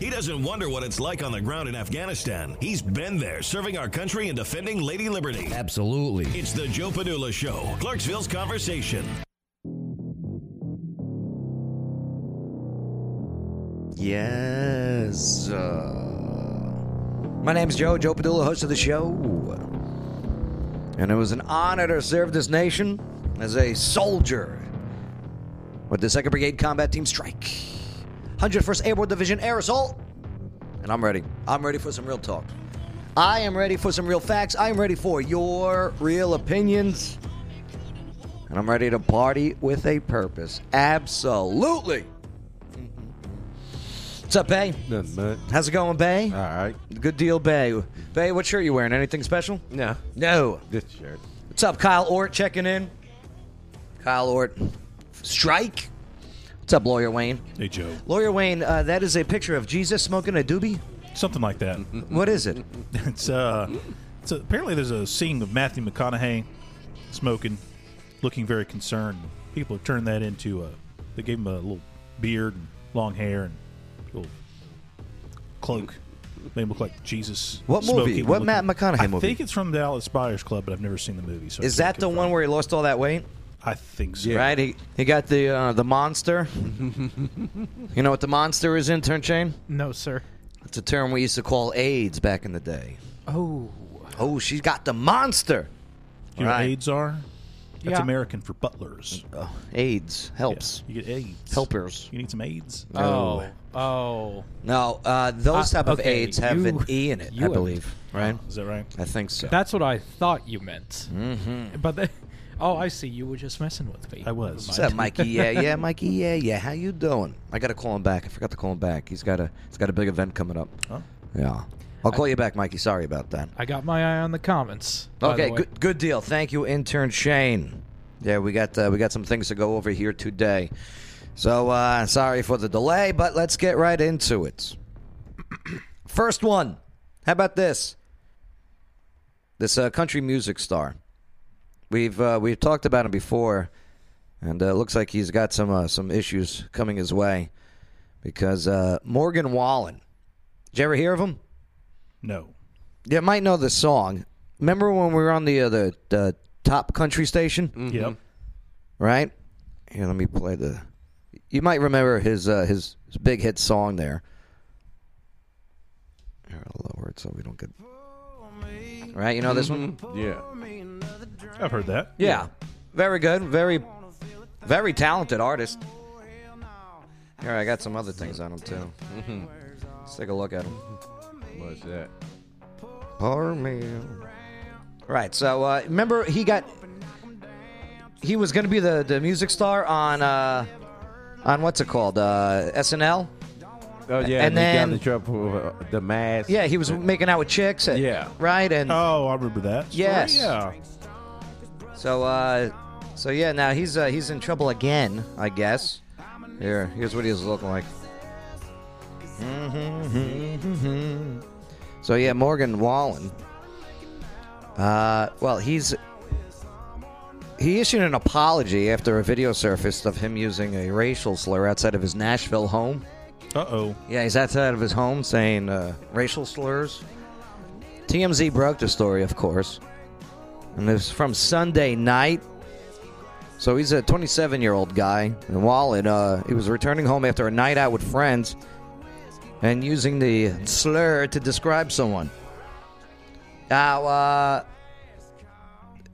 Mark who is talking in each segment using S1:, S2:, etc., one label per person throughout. S1: He doesn't wonder what it's like on the ground in Afghanistan. He's been there, serving our country and defending Lady Liberty.
S2: Absolutely.
S1: It's the Joe Padula Show, Clarksville's Conversation.
S2: Yes. Uh, my name's Joe, Joe Padula, host of the show. And it was an honor to serve this nation as a soldier with the 2nd Brigade Combat Team Strike, 101st Airborne Division Air Assault. And I'm ready. I'm ready for some real talk. I am ready for some real facts. I am ready for your real opinions. And I'm ready to party with a purpose. Absolutely. What's up, Bay?
S3: Nothing much.
S2: How's it going, Bay?
S3: All right.
S2: Good deal, Bay. Bay, what shirt you wearing? Anything special?
S3: No.
S2: No.
S3: This shirt.
S2: What's up, Kyle Ort checking in? Kyle Ort. Strike. What's up, Lawyer Wayne?
S4: Hey, Joe.
S2: Lawyer Wayne, uh, that is a picture of Jesus smoking a doobie.
S4: Something like that.
S2: What is it?
S4: it's uh, it's apparently there's a scene of Matthew McConaughey smoking, looking very concerned. People have turned that into a. They gave him a little beard and long hair and little cloak. Made him look like Jesus.
S2: What movie?
S4: smoking,
S2: What
S4: looking-
S2: Matt McConaughey
S4: I
S2: movie?
S4: think it's from the Dallas Buyers Club, but I've never seen the movie. So I
S2: Is
S4: can't
S2: that the
S4: confirm.
S2: one where he lost all that weight?
S4: I think so.
S2: Right? He, he got the uh, the monster. you know what the monster is, intern chain?
S5: No, sir.
S2: It's a term we used to call AIDS back in the day.
S5: Oh.
S2: Oh, she's got the monster.
S4: You know what
S2: Right.
S4: AIDS are? That's
S5: Yeah.
S4: American for butlers.
S2: Oh, AIDS
S4: Yeah.
S2: helps.
S4: You get AIDS.
S2: Helpers.
S4: You need some AIDS.
S2: No.
S5: Oh. Oh.
S2: No, uh, those
S5: Uh,
S2: type of
S5: okay,
S2: AIDS have
S5: you-
S2: an E in it,
S5: you
S2: I
S5: have-
S2: believe. Right?
S4: Is that right?
S2: I think so.
S5: That's what I thought you meant. Mm-hmm. But the, oh, I see. You were just messing with me.
S4: I was.
S2: What's up, Mikey? Yeah, yeah, Mikey. Yeah, yeah. How you doing? I gotta call him back. I forgot to call him back. He's got a he's got a big event coming up.
S4: Huh?
S2: Yeah, I'll call you back, Mikey. Sorry about that.
S5: I got my eye on the comments. by the
S2: Okay,
S5: way.
S2: good good deal. Thank you, intern Shane. Yeah, we got uh, we got some things to go over here today. So uh, sorry for the delay, but let's get right into it. First one. How about this? This uh, country music star. We've uh, we've talked about him before, and uh, looks like he's got some uh, some issues coming his way because uh, Morgan Wallen. Did you ever hear of him?
S4: No.
S2: You might know the song. Remember when we were on the uh, the, the top country station,
S4: Yep.
S2: right? Here, let me play the. You might remember his uh, his his big hit song there. Here, I'll lower it so we don't get. Right, you know this one.
S3: Yeah.
S4: I've heard that.
S2: Mm-hmm. Yeah, very good, very, very talented artist. Here, I got some other things on him too. Mm-hmm. Let's take a look at him.
S3: What's that?
S2: Poor Right. So uh, remember, he got he was going to be the the music star on uh, on what's it called uh, SNL.
S3: Oh yeah.
S2: And
S3: And, then
S2: then-
S3: got in trouble with uh, the mask.
S2: Yeah, he was making out with chicks. and-
S3: Yeah.
S2: Right. And
S4: Oh, I remember that. story,
S2: Yes.
S4: Yeah.
S2: so uh, so yeah. Now he's uh, he's in trouble again, I guess. Here, here's what he was looking like. So yeah, Morgan Wallen. Uh, well, he's he issued an apology after a video surfaced of him using a racial slur outside of his Nashville home.
S4: Uh oh.
S2: Yeah, he's outside of his home saying uh, racial slurs. TMZ broke the story, of course, and it's from Sunday night. So he's a 27-year-old guy, and Wallen, uh, he was returning home after a night out with friends, and using the slur to describe someone. Now, uh,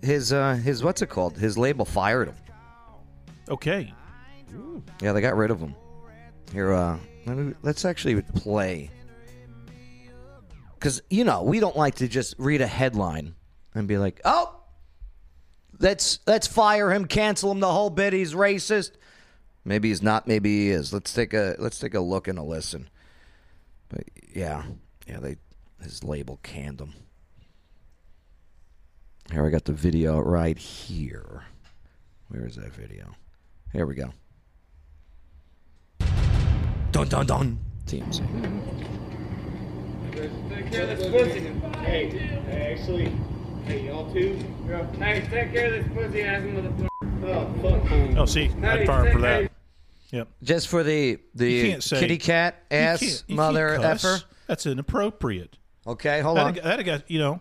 S2: his uh, his what's it called? His label fired him.
S4: Okay.
S2: Yeah, they got rid of him. Here, uh, let me, let's actually play. Because, you know, we don't like to just read a headline and be like, oh, let's, let's fire him, cancel him, the whole bit, he's racist. Maybe he's not, maybe he is. Let's take a, let's take a look and a listen. But yeah, yeah, they, his label canned him. Here, I got the video right here. Where is that video? Here we go. Dun dun dun. TMZ.
S6: Take care of this pussy. Hey, hey, actually, hey, y'all too. Hey, take care of this pussy ass motherfucker. Oh, fuck.
S4: Oh, see, I'd fire him for that. Yep.
S2: Just for the
S4: You
S2: the
S4: can't say
S2: kitty cat
S4: you
S2: ass
S4: can't- you can't
S2: mother
S4: cuss.
S2: effer.
S4: That's inappropriate.
S2: Okay, hold
S4: That
S2: on.
S4: that got you know,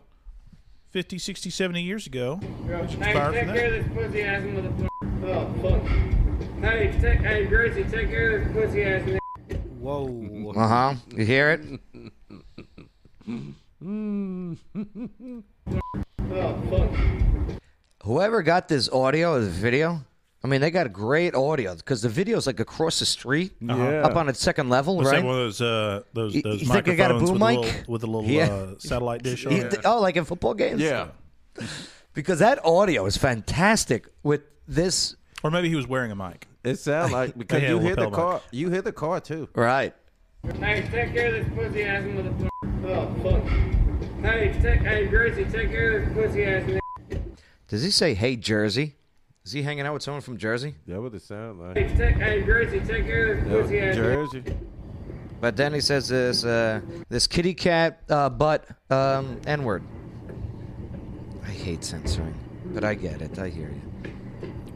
S4: 50, 60, 70 years ago.
S6: Yo,
S4: Get you
S6: Hey,
S4: fired
S6: take
S4: for
S6: care
S4: that.
S6: of this pussy ass motherfucker. Oh, fuck. Hey, take, hey, Gracie, take care of this pussy ass nigga.
S5: Whoa.
S2: Uh huh. You hear it?
S6: Oh, fuck.
S2: Whoever got this audio or the video, I mean, they got great audio because the video's like across the street,
S3: Yeah.
S2: up on its second level,
S4: It's like
S2: right?
S4: one of those uh, those
S2: You-
S4: those
S2: you think I
S4: microphones
S2: got a boom
S4: with, A
S2: mic?
S4: little, with a little
S2: Yeah.
S4: uh, satellite dish on
S2: You
S4: it.
S2: th- oh, like in football games?
S3: Yeah.
S2: Because that audio is fantastic with this.
S4: Or maybe he was wearing a mic.
S3: It sounds like because
S4: Yeah,
S3: you hit
S4: lapel
S3: the
S4: mic.
S3: car. You hit the car too.
S2: Right.
S6: Hey, take care of this pussy ass motherfucker. Oh, fuck. Hey, take, hey, Gracie, take care of this pussy ass nigga.
S2: Does he say, hey, Jersey? Is he hanging out with someone from Jersey?
S3: That what it sound like.
S6: Hey, take, hey, Gracie, take care of this pussy ass nigga.
S3: Jersey.
S2: But then he says this uh, this kitty cat uh, butt um, N word. I hate censoring, but I get it. I hear you.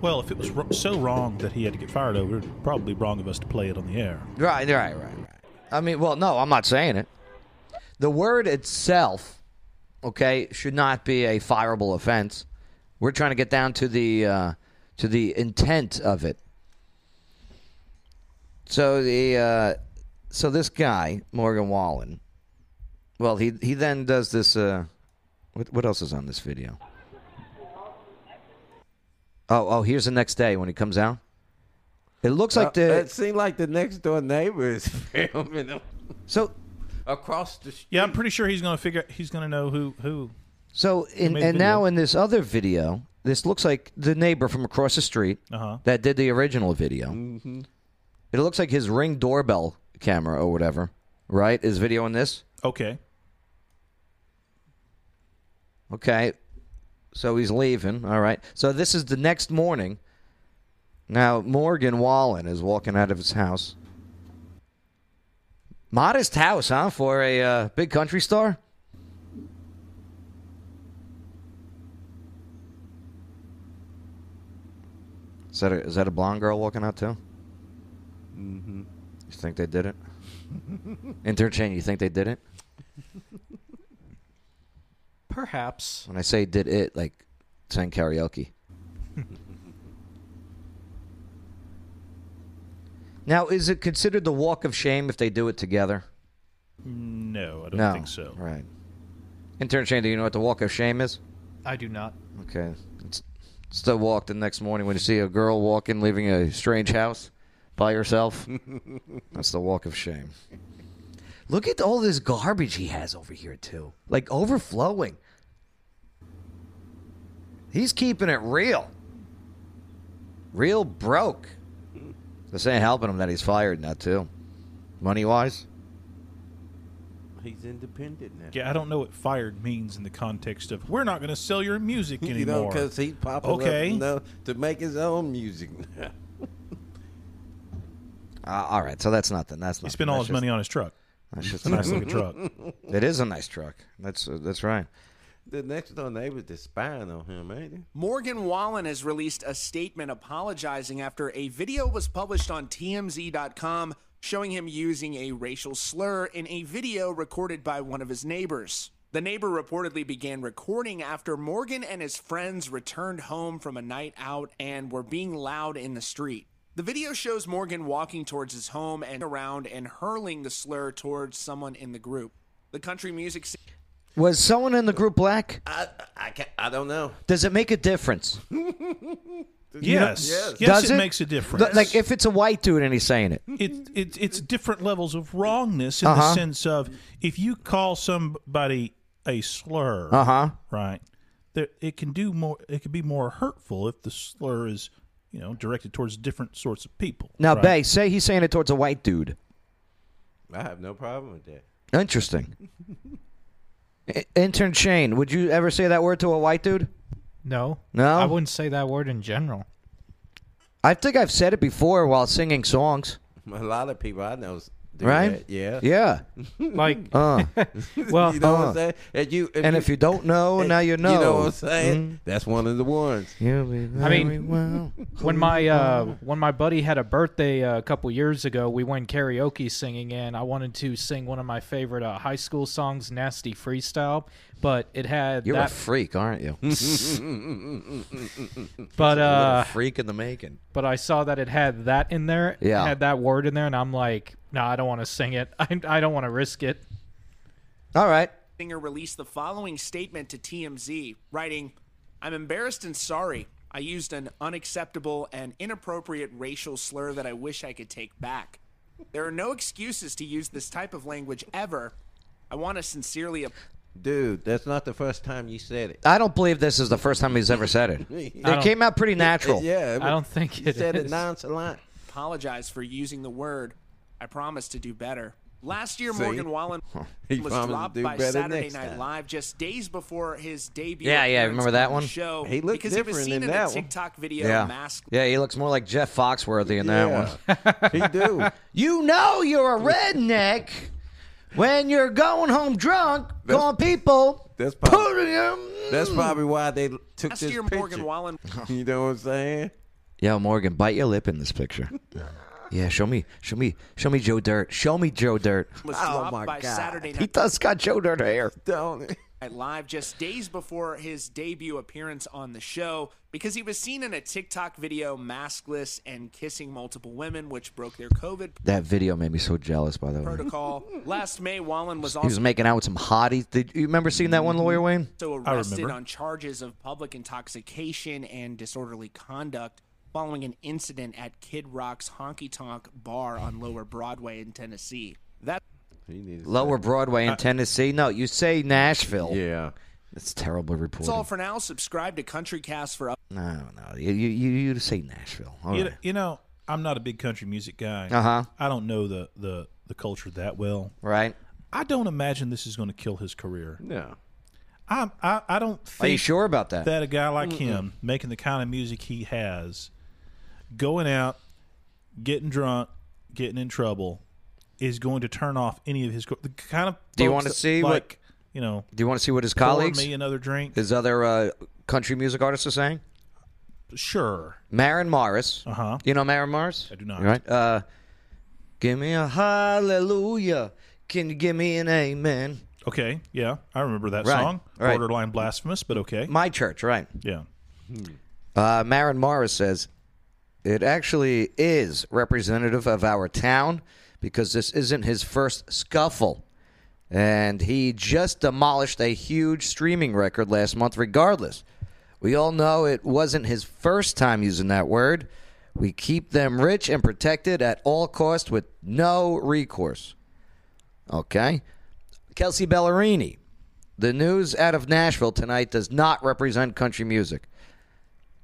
S4: Well, if it was ro- so wrong that he had to get fired over, it would probably be wrong of us to play it on the air.
S2: Right, right, right, right. I mean, well, no, I'm not saying it. The word itself, okay, should not be a fireable offense. We're trying to get down to the uh, to the intent of it. So the uh, so this guy Morgan Wallen, well, he he then does this. Uh, what, what else is on this video? Oh, oh, here's the next day when he comes out. It looks like
S3: Uh,
S2: the
S3: it seemed like the next door neighbor is filming them
S2: so
S3: across the street.
S4: Yeah, I'm pretty sure he's going to figure. He's going to know who who.
S2: So in,
S4: made
S2: and
S4: the
S2: now
S4: video.
S2: in this other video, this looks like the neighbor from across the street
S4: Uh-huh.
S2: that did the original video. It looks like his ring doorbell camera or whatever, right? Is videoing this?
S4: Okay.
S2: Okay. So he's leaving. All right. So this is the next morning. Now Morgan Wallen is walking out of his house. Modest house, huh? For a uh, big country star. Is that a, is that a blonde girl walking out too? Mm-hmm. You think they did it? Interchange. You think they did it?
S5: Perhaps.
S2: When I say did it, like sang karaoke. now, is it considered the walk of shame if they do it together?
S4: No, I don't
S2: no.
S4: think so.
S2: Right. Intern Shane, do you know what the walk of shame is?
S5: I do not.
S2: Okay. It's, it's the walk the next morning when you see a girl walking, leaving a strange house by herself. That's the walk of shame. Look at all this garbage he has over here, too. Like overflowing. He's keeping it real. Real broke. This ain't helping him that he's fired now, too. Money wise?
S3: He's independent now.
S4: Yeah, I don't know what fired means in the context of we're not going to sell your music anymore.
S3: you know, because he's popular
S4: Okay.
S3: enough to make his own music now.
S2: Uh, all right, so that's nothing. That's nothing.
S4: he spent all
S2: That's
S4: his money on his truck.
S2: just- that's
S4: It's a nice
S2: just-
S4: looking truck.
S2: it is a nice truck. That's uh, that's right.
S3: The next door neighbors is spying on him, ain't they?
S7: Morgan Wallen has released a statement apologizing after a video was published on TMZ.com showing him using a racial slur in a video recorded by one of his neighbors. The neighbor reportedly began recording after Morgan and his friends returned home from a night out and were being loud in the street. The video shows Morgan walking towards his home and around and hurling the slur towards someone in the group. The country music scene.
S2: Was someone in the group black?
S3: I, I, can't, I don't know.
S2: Does it make a difference?
S4: yes. yes,
S2: Does
S4: it, makes a difference.
S2: Th- Like if it's a white dude and he's saying it,
S4: it, it it's different levels of wrongness in
S2: Uh-huh.
S4: the sense of if you call somebody a slur,
S2: Uh-huh.
S4: uh huh, right? There, it can do more. It can be more hurtful if the slur is, you know, directed towards different sorts of people.
S2: now
S4: right?
S2: Bay, say he's saying it towards a white dude.
S3: I have no problem with that.
S2: Interesting. I- Intern Shane, would you ever say that word to a white dude?
S8: No.
S2: No?
S8: I wouldn't say that word in general.
S2: I think I've said it before while singing songs.
S3: A lot of people I know s- do
S2: right?
S3: that, Yeah.
S2: Yeah.
S5: Like,
S2: Uh,
S5: well,
S3: You know what
S2: Uh.
S3: I'm saying? And you,
S2: and if you don't know, now you know. Mm-hmm.
S3: You know what I'm saying? That's one of the ones.
S2: I
S5: I mean, when my uh, when my buddy had a birthday uh, a couple years ago, we went karaoke singing, and I wanted to sing one of my favorite uh, high school songs, "Nasty Freestyle," but it had
S2: You're a
S5: that.
S2: freak, aren't you?
S5: but uh,
S2: freak in the making.
S5: but I saw that it had that in there. it
S2: Yeah.
S5: had that word in there, and I'm like, no, I don't want to sing it. I, I don't want to risk it.
S2: All right.
S7: singer released the following statement to TMZ, writing, I'm embarrassed and sorry. I used an unacceptable and inappropriate racial slur that I wish I could take back. There are no excuses to use this type of language ever. I want to sincerely. ap-
S3: Dude, that's not the first time you said it.
S2: I don't believe this is the first time he's ever said it. It
S5: don't-
S2: came out pretty natural.
S3: Yeah. it
S5: I don't think
S3: You
S5: it
S3: said it
S5: is.
S3: nonchalant.
S7: apologize for using the word. I promise to do better. Last year,
S3: See?
S7: Morgan Wallen
S3: He
S7: was
S3: promised to
S7: dropped
S3: do
S7: by
S3: better
S7: Saturday
S3: next
S7: Night
S3: time.
S7: Live just days before his debut.
S2: Yeah, yeah, I
S7: appearance
S2: remember that
S7: on the
S2: one.
S7: Show
S3: He looked
S7: because he was
S3: different
S7: seen
S3: in
S7: in,
S3: that one.
S7: a TikTok video
S2: Yeah.
S7: masked
S2: Yeah, he looks more like Jeff Foxworthy in that one.
S3: yeah. he do.
S2: You know you're a redneck when you're going home drunk, calling people.
S3: That's
S2: putting
S3: probably,
S2: Mm.
S3: that's probably why they took
S7: Last
S3: this
S7: year,
S3: picture.
S7: Morgan Wallen
S3: You know what I'm saying?
S2: Yo, Morgan, bite your lip in this picture. Yeah, show me, show me, show me Joe Dirt. Show me Joe Dirt.
S7: was
S3: Oh,
S7: dropped
S3: my
S7: by
S3: God.
S7: Saturday
S2: He
S7: Night
S2: does got Joe Dirt hair.
S3: Don't.
S7: Live just days before his debut appearance on the show because he was seen in a TikTok video maskless and kissing multiple women, which broke their COVID
S2: That video made me so jealous. By the way,
S7: protocol. Last May, Wallen was
S2: he was
S7: also
S2: making out with some hotties. Did you remember seeing that one, Lawyer Wayne?
S7: arrested
S4: remember.
S7: on charges of public intoxication and disorderly conduct following an incident at Kid Rock's Honky Tonk Bar on Lower Broadway in Tennessee. That
S3: He needs to
S2: Lower Broadway in Tennessee. No, you say Nashville.
S3: say- Yeah.
S2: It's terrible
S7: That's all
S2: reporting.
S7: for now. Subscribe to Country Cast for up.
S2: No, no, you you you you say Nashville. All
S4: You,
S2: right.
S4: you know, I'm not a big country music guy.
S2: Uh-huh.
S4: I don't know the, the, the culture that well.
S2: Right?
S4: I don't imagine this is going to kill his career.
S3: No.
S4: I'm, I I don't think
S2: Are you sure about that?
S4: that a guy like him making the kind of music he has, going out, getting drunk, getting in trouble, is going to turn off any of his co- the kind of.
S2: Do you
S4: folks
S2: wanna
S4: that
S2: see what-
S4: like, you know?
S2: Do you want to see what his
S4: pour
S2: colleagues,
S4: me another drink.
S2: his other uh, country music artists are saying?
S4: sure,
S2: Marin Morris. Uh
S4: Uh-huh.
S2: You know Marin Morris? I
S4: do not.
S2: Right? Uh, give me a hallelujah. Can you give me an amen?
S4: okay, yeah, I remember that
S2: Right,
S4: song.
S2: right. Mm-hmm.
S4: Borderline blasphemous, but okay,
S2: My church, right?
S4: yeah.
S2: Uh, Marin Morris says it actually is representative of our town because this isn't his first scuffle. And he just demolished a huge streaming record last month, regardless. We all know it wasn't his first time using that word. We keep them rich and protected at all cost with no recourse. Okay? Kelsey Ballerini. The news out of Nashville tonight does not represent country music.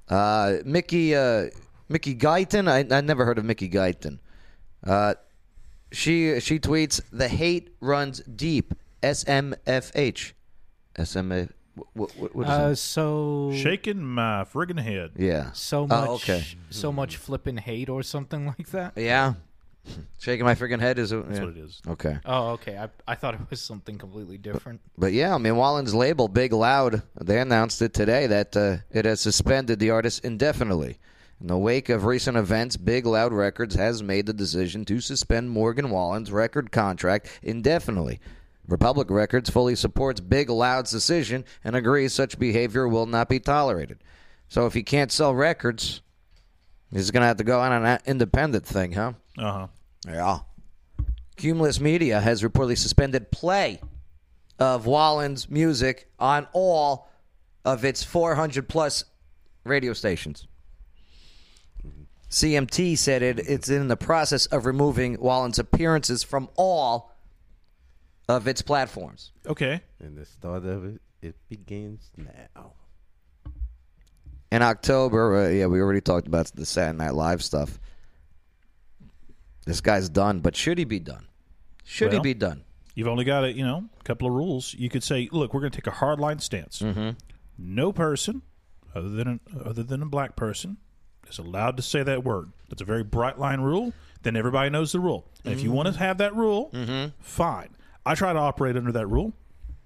S2: Uh, Mickey uh, Mickey Guyton. I, I never heard of Mickey Guyton. Uh, she she tweets the hate runs deep. SMFH. SMF. What, what, what is
S5: Uh,
S2: it?
S5: so
S4: Shaking my friggin' head.
S2: Yeah.
S5: so much,
S2: Oh, okay.
S5: so much flippin' hate or something like that.
S2: Yeah. Shaking my freaking head is a, yeah.
S4: That's what it is.
S2: Okay.
S5: Oh, okay. I I thought it was something completely different.
S2: But yeah, I mean, Wallen's label, Big Loud, they announced it today that uh, it has suspended the artist indefinitely. In the wake of recent events, Big Loud Records has made the decision to suspend Morgan Wallen's record contract indefinitely. Republic Records fully supports Big Loud's decision and agrees such behavior will not be tolerated. So if he can't sell records, he's going to have to go on an independent thing, huh?
S4: Uh huh.
S2: Yeah. Cumulus Media has reportedly suspended play of Wallen's music on all of its 400 plus radio stations. CMT said it, it's in the process of removing Wallen's appearances from all of its platforms.
S4: Okay.
S3: And the start of it, it begins now.
S2: In October, uh, yeah, we already talked about the Saturday Night Live stuff. This guy's done, but should he be done? Should he
S4: Well-
S2: be done?
S4: You've only got a you know couple of rules. You could say, look, we're going to take a hard line stance. No person other than an, other than a black person is allowed to say that word. That's a very bright line rule. Then everybody knows the rule. And if you want to have that rule, fine. I try to operate under that rule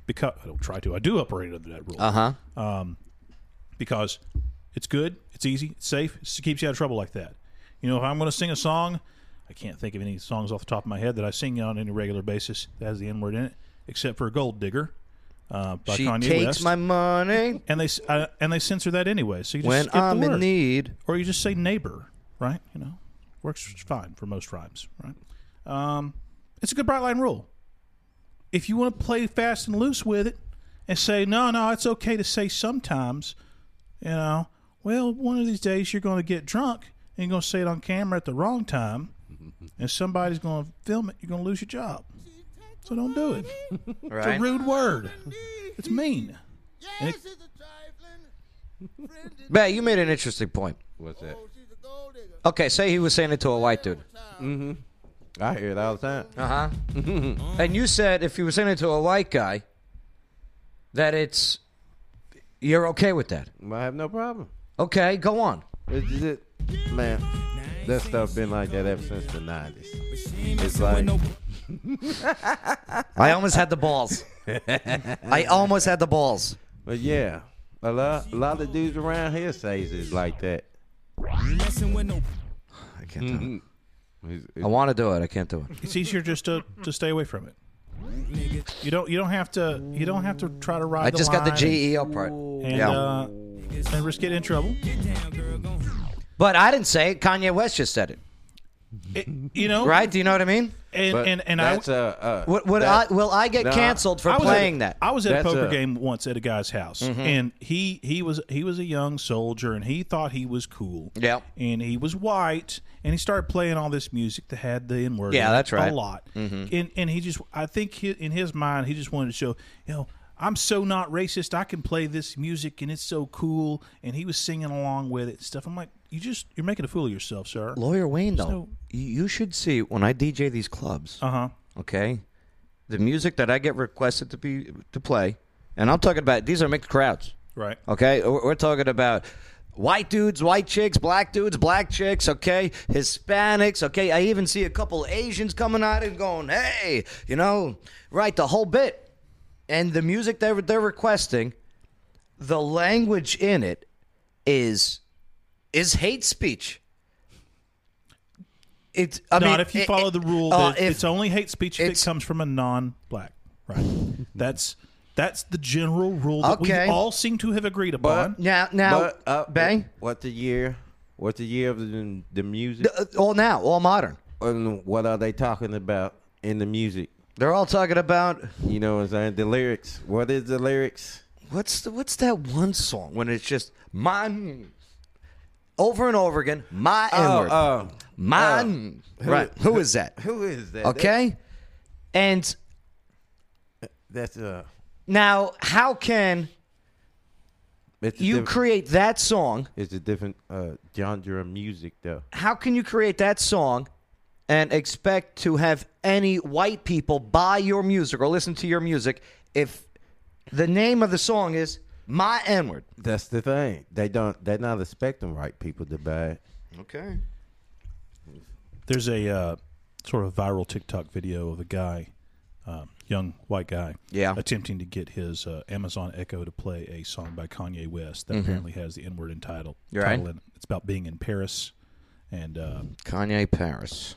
S4: because I don't try to. I do operate under that rule. Uh
S2: Uh-huh.
S4: huh. Um, because it's good, it's easy, it's safe, it keeps you out of trouble like that. You know, if I'm going to sing a song, I can't think of any songs off the top of my head that I sing on any regular basis that has the N word in it, except for "Gold Digger" uh, by
S2: She
S4: Kanye
S2: takes
S4: West.
S2: my money
S4: and they s- uh, and they censor that anyway. So you just
S2: when
S4: skip
S2: I'm
S4: the word
S2: in need.
S4: or you just say neighbor, right? You know, works fine for most rhymes, right? Um, it's a good bright line rule. If you want to play fast and loose with it and say, no, no, it's okay to say sometimes, you know, well, one of these days you're going to get drunk and you're going to say it on camera at the wrong time and somebody's going to film it, you're going to lose your job. So don't do it. It's a
S2: Right?
S4: rude word, it's mean. And it-
S2: But you made an interesting point.
S3: What's that?
S7: Oh,
S2: Okay, say he was saying it to a white dude.
S3: I hear it all the time.
S2: Uh huh. and you said if you were saying it to a white guy, that it's you're okay with that.
S3: I have no problem.
S2: Okay, go on.
S3: It's just, it- man, that stuff been like that ever since the nineties. It's like
S2: I almost had the balls. I almost had the balls.
S3: But yeah, a lot, a lot of dudes around here says it's like that.
S2: I can't do it.
S3: It's-
S2: I
S3: it's-
S2: want to do it. I can't do it.
S4: it's easier just to, to stay away from it. You don't you don't have to you don't have to try to ride.
S2: I just got the E
S4: line
S2: GEO part.
S4: and,
S2: yeah.
S4: uh, and risk getting in trouble.
S2: but I didn't say it. Kanye West just said it.
S4: It- you know,
S2: Right? Do you know what I mean?
S4: And
S3: but
S4: and and I,
S3: that's uh, a, a
S2: Would, would
S3: that-
S2: I will I get
S3: nah.
S2: canceled for
S4: I was
S2: playing
S4: at,
S2: that? Mm-hmm.
S4: I was at a
S3: That's uh,
S4: poker
S3: a-
S4: game once at a guy's house, and he he was he was a young soldier, and he thought he was cool.
S2: Yep.
S4: and he was white, and he started playing all this music that had the N word.
S2: Yeah, that's right. Mm-hmm.
S4: a lot. And and he just, I think he, in his mind, he just wanted to show, you know, I'm so not racist. I can play this music, and it's so cool. And he was singing along with it and stuff. I'm like, you just you're making a fool of yourself, sir.
S2: Lawyer Wayne, though,
S4: no-
S2: you you should see when I DJ these clubs.
S4: Uh huh.
S2: okay? The music that I get requested to be to play, and I'm talking about these are mixed crowds,
S4: Right.
S2: okay? We're we're talking about white dudes, white chicks, black dudes, black chicks, okay? Hispanics, okay? I even see a couple Asians coming out and going, "Hey, you know, right the whole bit." And the music they're they're requesting, the language in it is is hate speech. It's I
S4: Not
S2: mean,
S4: if you
S2: it-
S4: follow
S2: it-
S4: the rule
S2: uh,
S4: that
S2: if-
S4: it's only hate speech if
S2: it's-
S4: it comes from a non-black. Right. that's that's the general rule that
S2: Okay.
S4: we all seem to have agreed upon.
S2: Now, now,
S3: but, uh,
S2: bang.
S3: What the year? What the year of the, the music?
S2: Uh, all now, all modern.
S3: and what are they talking about in the music?
S2: They're all talking about
S3: You know what I'm saying? The lyrics. What is the lyrics?
S2: what's the, what's that one song when it's just mine over and over again. My
S3: Oh,
S2: N-word.
S3: oh.
S2: mine. right. Who is that?
S3: Who is that?
S2: Okay. And
S3: That- that's uh.
S2: now, how can
S3: It's a
S2: you
S3: diff-
S2: create that song?
S3: It's a different uh, genre of music, though.
S2: How can you create that song? And expect to have any white people buy your music or listen to your music if the name of the song is My N Word.
S3: That's the thing. They don't. They're not expecting right people to buy it.
S2: Okay.
S4: There's a uh, sort of viral TikTok video of a guy, um, young white guy,
S2: Yeah.
S4: attempting to get his uh, Amazon Echo to play a song by Kanye West that apparently has the N word in title.
S2: Mm-hmm. You're
S4: title
S2: right.
S4: in it. It's about being in Paris, and uh,
S2: Kanye Paris.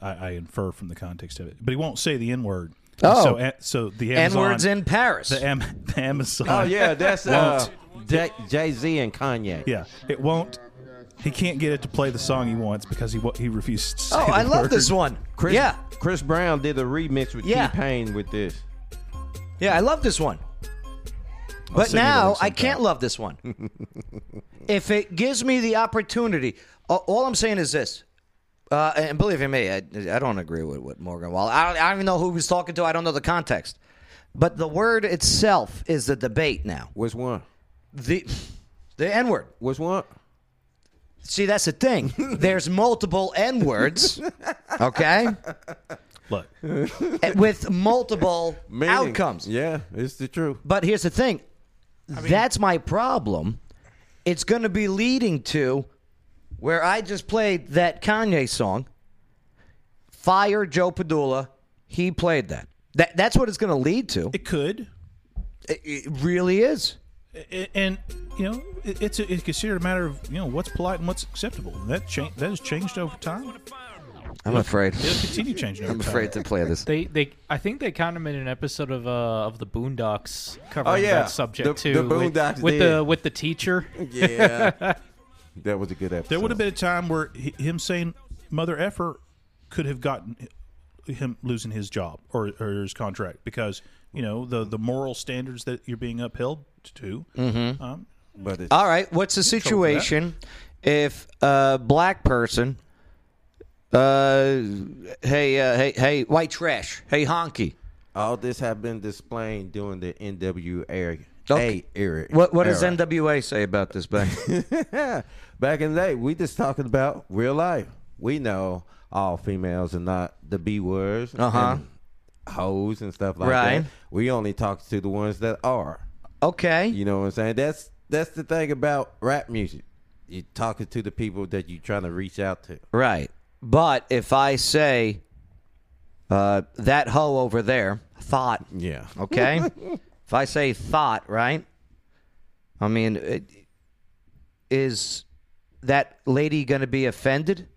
S4: I, I infer from the context of it, but he won't say the N word.
S2: Oh.
S4: so, a- so the
S2: N
S4: Amazon,
S2: words in Paris.
S4: the, Am- the Amazon.
S3: Oh yeah, that's uh, Jay Z and Kanye.
S4: yeah. It won't. He can't get it to play the song he wants because he wa- he refuses. To say
S2: oh,
S4: the
S2: I love
S4: word.
S2: this one.
S3: Chris,
S2: Yeah,
S3: Chris Brown did a remix with
S2: Yeah.
S3: T Pain with this.
S2: yeah, I love this one. But
S4: send you the
S2: now
S4: link
S2: I can't love this one. if it gives me the opportunity, a- all I'm saying is this. Uh, and believe you me, I, I don't agree with what Morgan Wall. I don't, I don't even know who he was talking to. I don't know the context. But the word itself is the debate now.
S3: Which one?
S2: The the N word.
S3: Which one?
S2: See, that's the thing. There's multiple N words. Okay.
S4: Look,
S2: with multiple
S3: Meaning.
S2: outcomes.
S3: Yeah, it's the truth.
S2: But here's the thing that's my problem. It's going to be leading to where I just played that Kanye song, Fire Joe Padula. He played that. That that's what it's going to lead to.
S4: It could,
S2: It, it really is.
S4: A- and you know, it- it's a, it's considered a matter of you know what's polite and what's acceptable. And that cha- that has changed over time.
S2: I'm afraid.
S4: It'll continue changing over
S2: I'm
S4: time.
S2: afraid to play this.
S5: They, they, I think they kind of made an episode of uh of the Boondocks covering
S3: Oh, yeah.
S5: that subject
S3: The-
S5: too.
S3: the
S5: with-
S3: Boondocks
S5: with,
S3: did.
S5: the with the teacher.
S3: Yeah. that was a good episode.
S4: There would have been a time where hi- him saying "mother effer" could have gotten hi- him losing his job or, or his contract because you know the the moral standards that you're being upheld to.
S2: Mm-hmm.
S4: Um,
S3: But it's,
S2: All right, what's the
S4: trouble with that.
S2: situation if a black person, uh, hey, uh, hey, hey, white trash, hey, honky?
S3: all this have been displayed during the NW era.
S2: Okay.
S3: A era.
S2: What what does
S3: era.
S2: NWA say about this, Ben?
S3: Back in the day, we just talking about real life. We know all females are not the B words,
S2: Uh-huh.
S3: and hoes and stuff like
S2: Right.
S3: that. We only talk to the ones that are.
S2: okay,
S3: You know what I'm saying? That's that's the thing about rap music. You talking to the people that you trying to reach out to.
S2: right. But if I say uh, that hoe over there thought,
S3: Yeah.
S2: okay, if I say thought, right? I mean, it, is that lady going to be offended?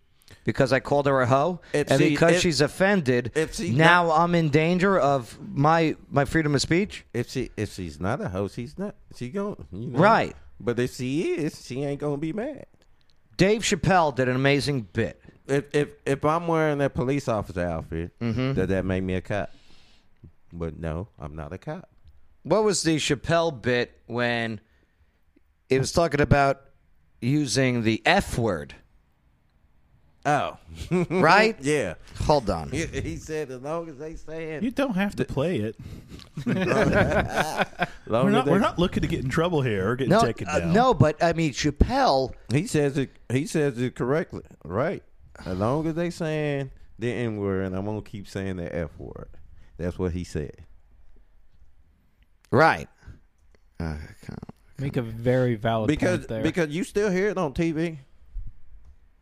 S2: Because I called her a hoe,
S3: If
S2: and
S3: she-
S2: because
S3: if-
S2: she's offended,
S3: if she-
S2: now I'm in danger of my my freedom of speech.
S3: If she if she's not a hoe, she's not. She going you know?
S2: Right.
S3: But if she is, she ain't gonna be mad.
S2: Dave Chappelle did an amazing bit.
S3: If if if I'm wearing that police officer outfit, does that make me a cop? But no, I'm not a cop.
S2: what was the Chappelle bit when it was talking about using the F word,
S3: Oh,
S2: right?
S3: yeah.
S2: Hold on.
S3: He, he said as long as they saying,
S4: you don't have to play it.
S3: long
S4: We're
S3: as
S4: not,
S3: they-
S4: we're not looking to get in trouble here or get
S2: Oh, No,
S4: taken
S2: uh,
S4: down.
S2: no, but I mean Chappelle.
S3: He says it. He says it correctly, right? As long as they saying the N word, and I'm gonna keep saying the F word. That's what he said.
S2: Right. Uh,
S5: Make a very valid
S3: Because
S5: point there.
S3: because you still hear it on TV.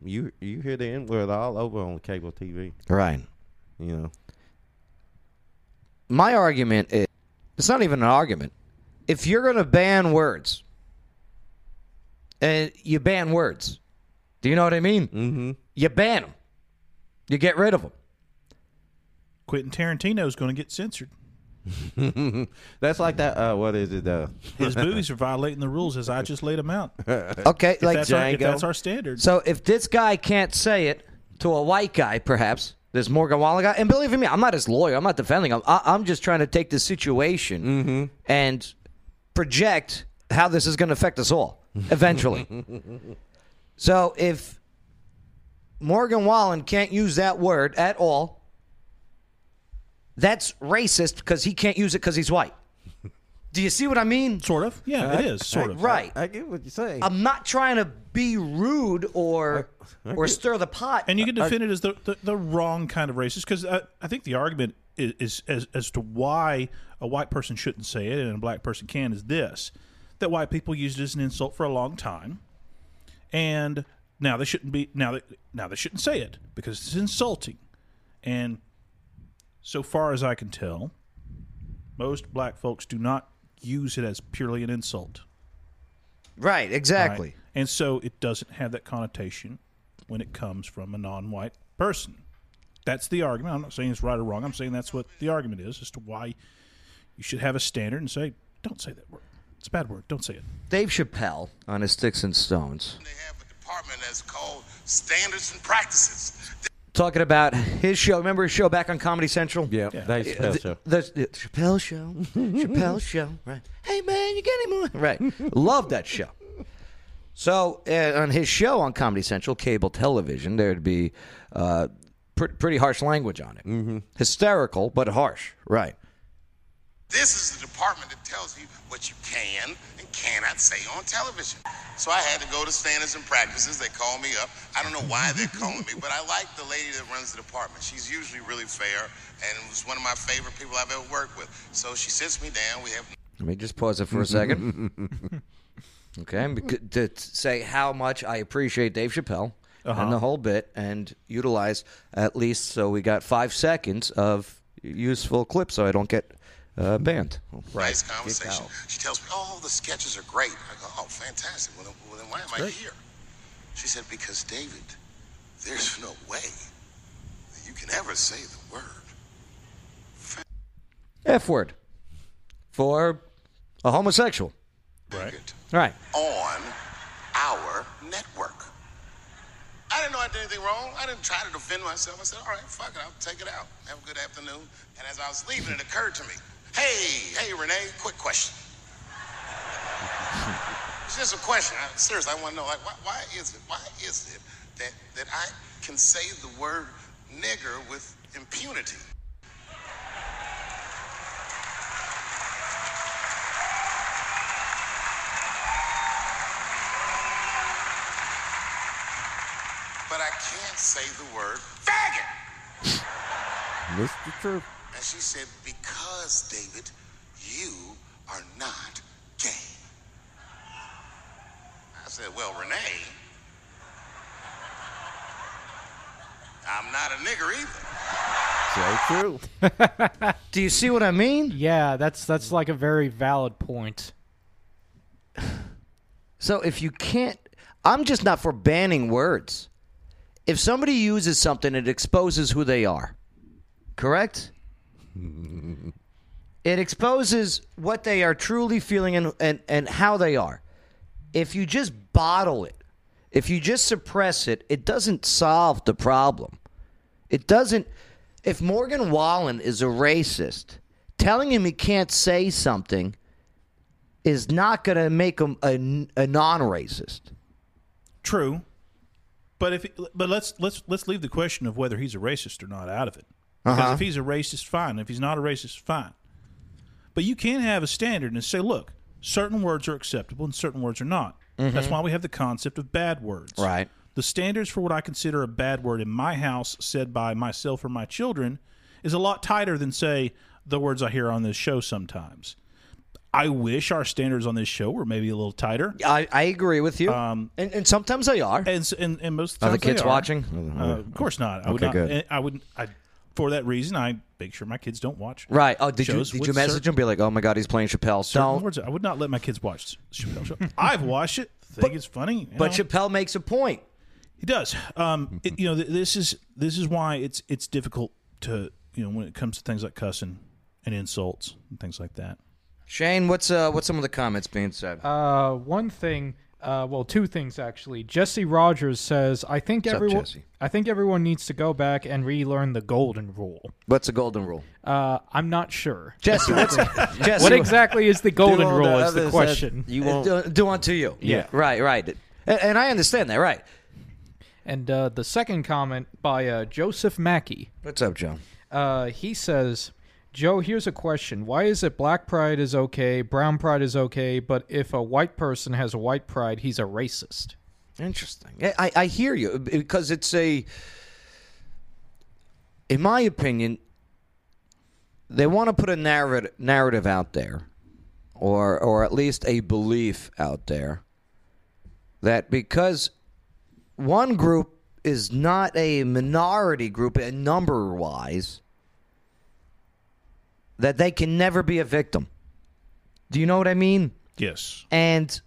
S3: You you hear the N word all over on cable TV.
S2: Right.
S3: You know.
S2: My argument is it's not even an argument. If you're going to ban words, and you ban words, do you know what I mean? Mm-hmm. You ban them, you get rid of them.
S4: Quentin Tarantino's going to get censored.
S3: That's like that. Uh, what is it? Uh,
S4: His movies are violating the rules as I just laid them out.
S2: Okay, like
S4: that's, our, if
S3: Django.
S4: that's our standard.
S2: So if this guy can't say it to a white guy, perhaps this Morgan Wallen guy, and believe me, I'm not his lawyer. I'm not defending him. I, I'm just trying to take the situation
S4: Mm-hmm.
S2: and project how this is going to affect us all eventually. so if Morgan Wallen can't use that word at all, that's racist because he can't use it because he's white. Do you see what I mean?
S4: sort of. Uh, Yeah, it is sort of.
S2: Right.
S3: I get what you're saying.
S2: I'm not trying to be rude or or stir the pot.
S4: And you can defend it as the, the, the wrong kind of racist because I, I think the argument is, is as, as to why a white person shouldn't say it and a black person can is this that white people used it as an insult for a long time, and now they shouldn't be now they now they shouldn't say it because it's insulting, and so far as I can tell, most black folks do not use it as purely an insult.
S2: right,
S4: Right?
S2: exactly.
S4: And so it doesn't have that connotation when it comes from a non white person. That's the argument. I'm not saying it's right or wrong. I'm saying that's what the argument is as to why you should have a standard and say, don't say that word. It's a bad word. Don't say it.
S2: Dave Chappelle on his Sticks and Stones
S9: They have a department that's called Standards and Practices.
S2: talking about his show. Remember his show back on Comedy Central?
S3: yeah, Thanks,
S2: The,
S3: Chappelle.
S2: the- the Chappelle show, Chappelle show, right? Hey man, you get any more? Right, love that show. So uh, on his show on Comedy Central, cable television, there'd be uh, pr- pretty harsh language on it, mm-hmm. hysterical but harsh, right?
S9: This is the department that tells you what you can and cannot say on television. So I had to go to Standards and Practices. They called me up. I don't know why they're calling me, but I like the lady that runs the department. She's usually really fair and was one of my favorite people I've ever worked with. So she sits me down. We have
S2: Let me just pause it for a second. Okay, bec- to t- say how much I appreciate Dave Chappelle and the whole bit, and utilize at least so we got five seconds of useful clip, so I don't get uh, banned.
S9: Nice conversation. She tells me, "Oh, the sketches are great." I go, "Oh, fantastic." Well, then, well, then why am I here? She said, "Because David, there's no way that you can ever say the word."
S2: F word for a homosexual.
S4: Right.
S9: Good.
S2: Right.
S9: on our network. I didn't know I did anything wrong. I didn't try to defend myself. I said, all right, fuck it, I'll take it out. Have a good afternoon. And as I was leaving, it occurred to me, hey, hey, Renee, quick question. it's just a question. I, seriously, I want to know, like, why, why is it, why is it that, that I can say the word nigger with impunity? But I can't say the word faggot.
S3: Mr. Truth.
S9: And she said, Because, David, you are not gay. I said, Well, Renee, I'm not a nigger
S3: So
S9: either.
S3: true.
S2: Do you see what I mean?
S5: Yeah, that's that's like a very valid point.
S2: So if you can't, I'm just not for banning words. If somebody uses something, it exposes who they are. Correct? it exposes what they are truly feeling and, and, and how they are. If you just bottle it, if you just suppress it, it doesn't solve the problem. It doesn't. If Morgan Wallen is a racist, telling him he can't say something is not going to make him a, a non-racist.
S4: True. But if but let's let's let's leave the question of whether he's a racist or not out of it. Because
S2: Uh-huh.
S4: if he's a racist, fine. If he's not a racist, fine. But you can have a standard and say, look, certain words are acceptable and certain words are not. That's why we have the concept of bad words.
S2: Mm-hmm. Right.
S4: The standards for what I consider a bad word in my house, said by myself or my children, is a lot tighter than say the words I hear on this show sometimes. I wish our standards on this show were maybe a little tighter.
S2: I, I agree with you. Um, and, and sometimes they are.
S4: And, s- and, and most of
S2: Are the
S4: times they
S2: kids
S4: are.
S2: watching?
S4: Uh, of course not. I would
S3: Okay,
S4: not.
S3: good.
S4: and I wouldn't. I for that reason I make sure my kids don't watch.
S2: Right. Oh, did you
S4: shows
S2: did
S4: with
S2: you message
S4: certain-
S2: him? Be like, oh my god, he's playing Chappelle.
S4: certain
S2: Don't.
S4: words. I would not let my kids watch Chappelle show. I've watched it. Think it's funny. you
S2: But
S4: know.
S2: Chappelle makes a point.
S4: He does. Um, it- you know, th- this is this is why it's it's difficult to you know when it comes to things like cussing and insults and things like that.
S2: Shane, what's uh, what's some of the comments being said?
S5: Uh, one thing, uh, well, two things actually. Jesse Rogers says, "I think
S2: up,
S5: everyone,
S2: Jesse?
S5: I think everyone needs to go back and relearn the golden rule."
S2: what's the golden rule?
S5: Uh, I'm not sure.
S2: Jesse, what's Jesse? uh,
S5: What exactly is the golden
S3: all
S5: rule?
S3: the
S5: Is the
S3: others
S5: question.
S3: You won't.
S2: do, do unto you?
S4: Yeah.
S2: Right. Right. And, and I understand that. Right.
S5: And uh, the second comment by uh, Joseph Mackey.
S2: What's up, Joe?
S5: Uh, he says, Joe, here's a question. Why is it black pride is okay, brown pride is okay, but if a white person has a white pride, he's a racist?
S2: Interesting. I, I- I hear you because it's a, in my opinion, they want to put a narrative narrative out there, or or at least a belief out there, that because one group is not a minority group in number wise, that they can never be a victim. Do you know what I mean?
S4: Yes.
S2: and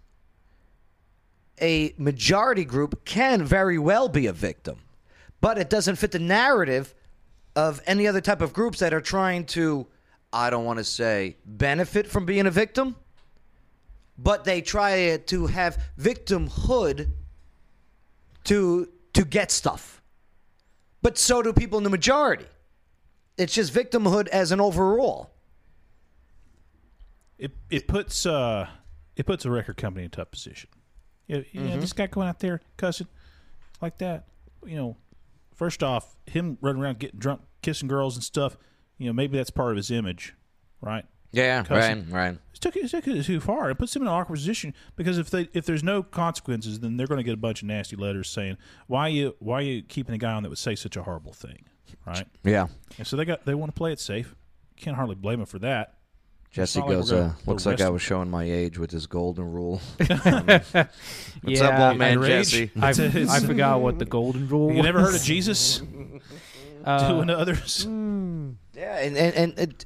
S2: a majority group can very well be a victim, but it doesn't fit the narrative of any other type of groups that are trying to, I don't want to say benefit from being a victim, but they try to have victimhood to to get stuff. But so do people in the majority. It's just victimhood as an overall.
S4: It it puts uh it puts a record company in a tough position. You, you
S2: Mm-hmm.
S4: know, this guy going out there cussing like that. You know, first off, him running around getting drunk, kissing girls and stuff. You know, maybe that's part of his image, right?
S2: Yeah,
S4: Cousin.
S2: right.
S4: It took, it took it too far. It puts him in an awkward position because if they if there's no consequences, then they're going to get a bunch of nasty letters saying why you why you keeping a guy on that would say such a horrible thing, right?
S2: Yeah.
S4: And so they got they want to play it safe. Can't hardly blame them for that.
S2: Jesse
S4: not like
S2: goes,
S4: we're
S2: uh,
S4: gonna-
S2: looks
S4: we're
S2: like I
S4: rest-
S2: was showing my age with this golden rule. What's
S5: yeah,
S2: up, old
S5: I-
S2: man
S4: Underage?
S2: Jesse?
S5: I,
S4: It's- it's-
S5: I forgot what the golden rule.
S4: You never
S5: was.
S4: heard of Jesus
S5: Uh,
S4: doing to others?
S2: Yeah, and and and it,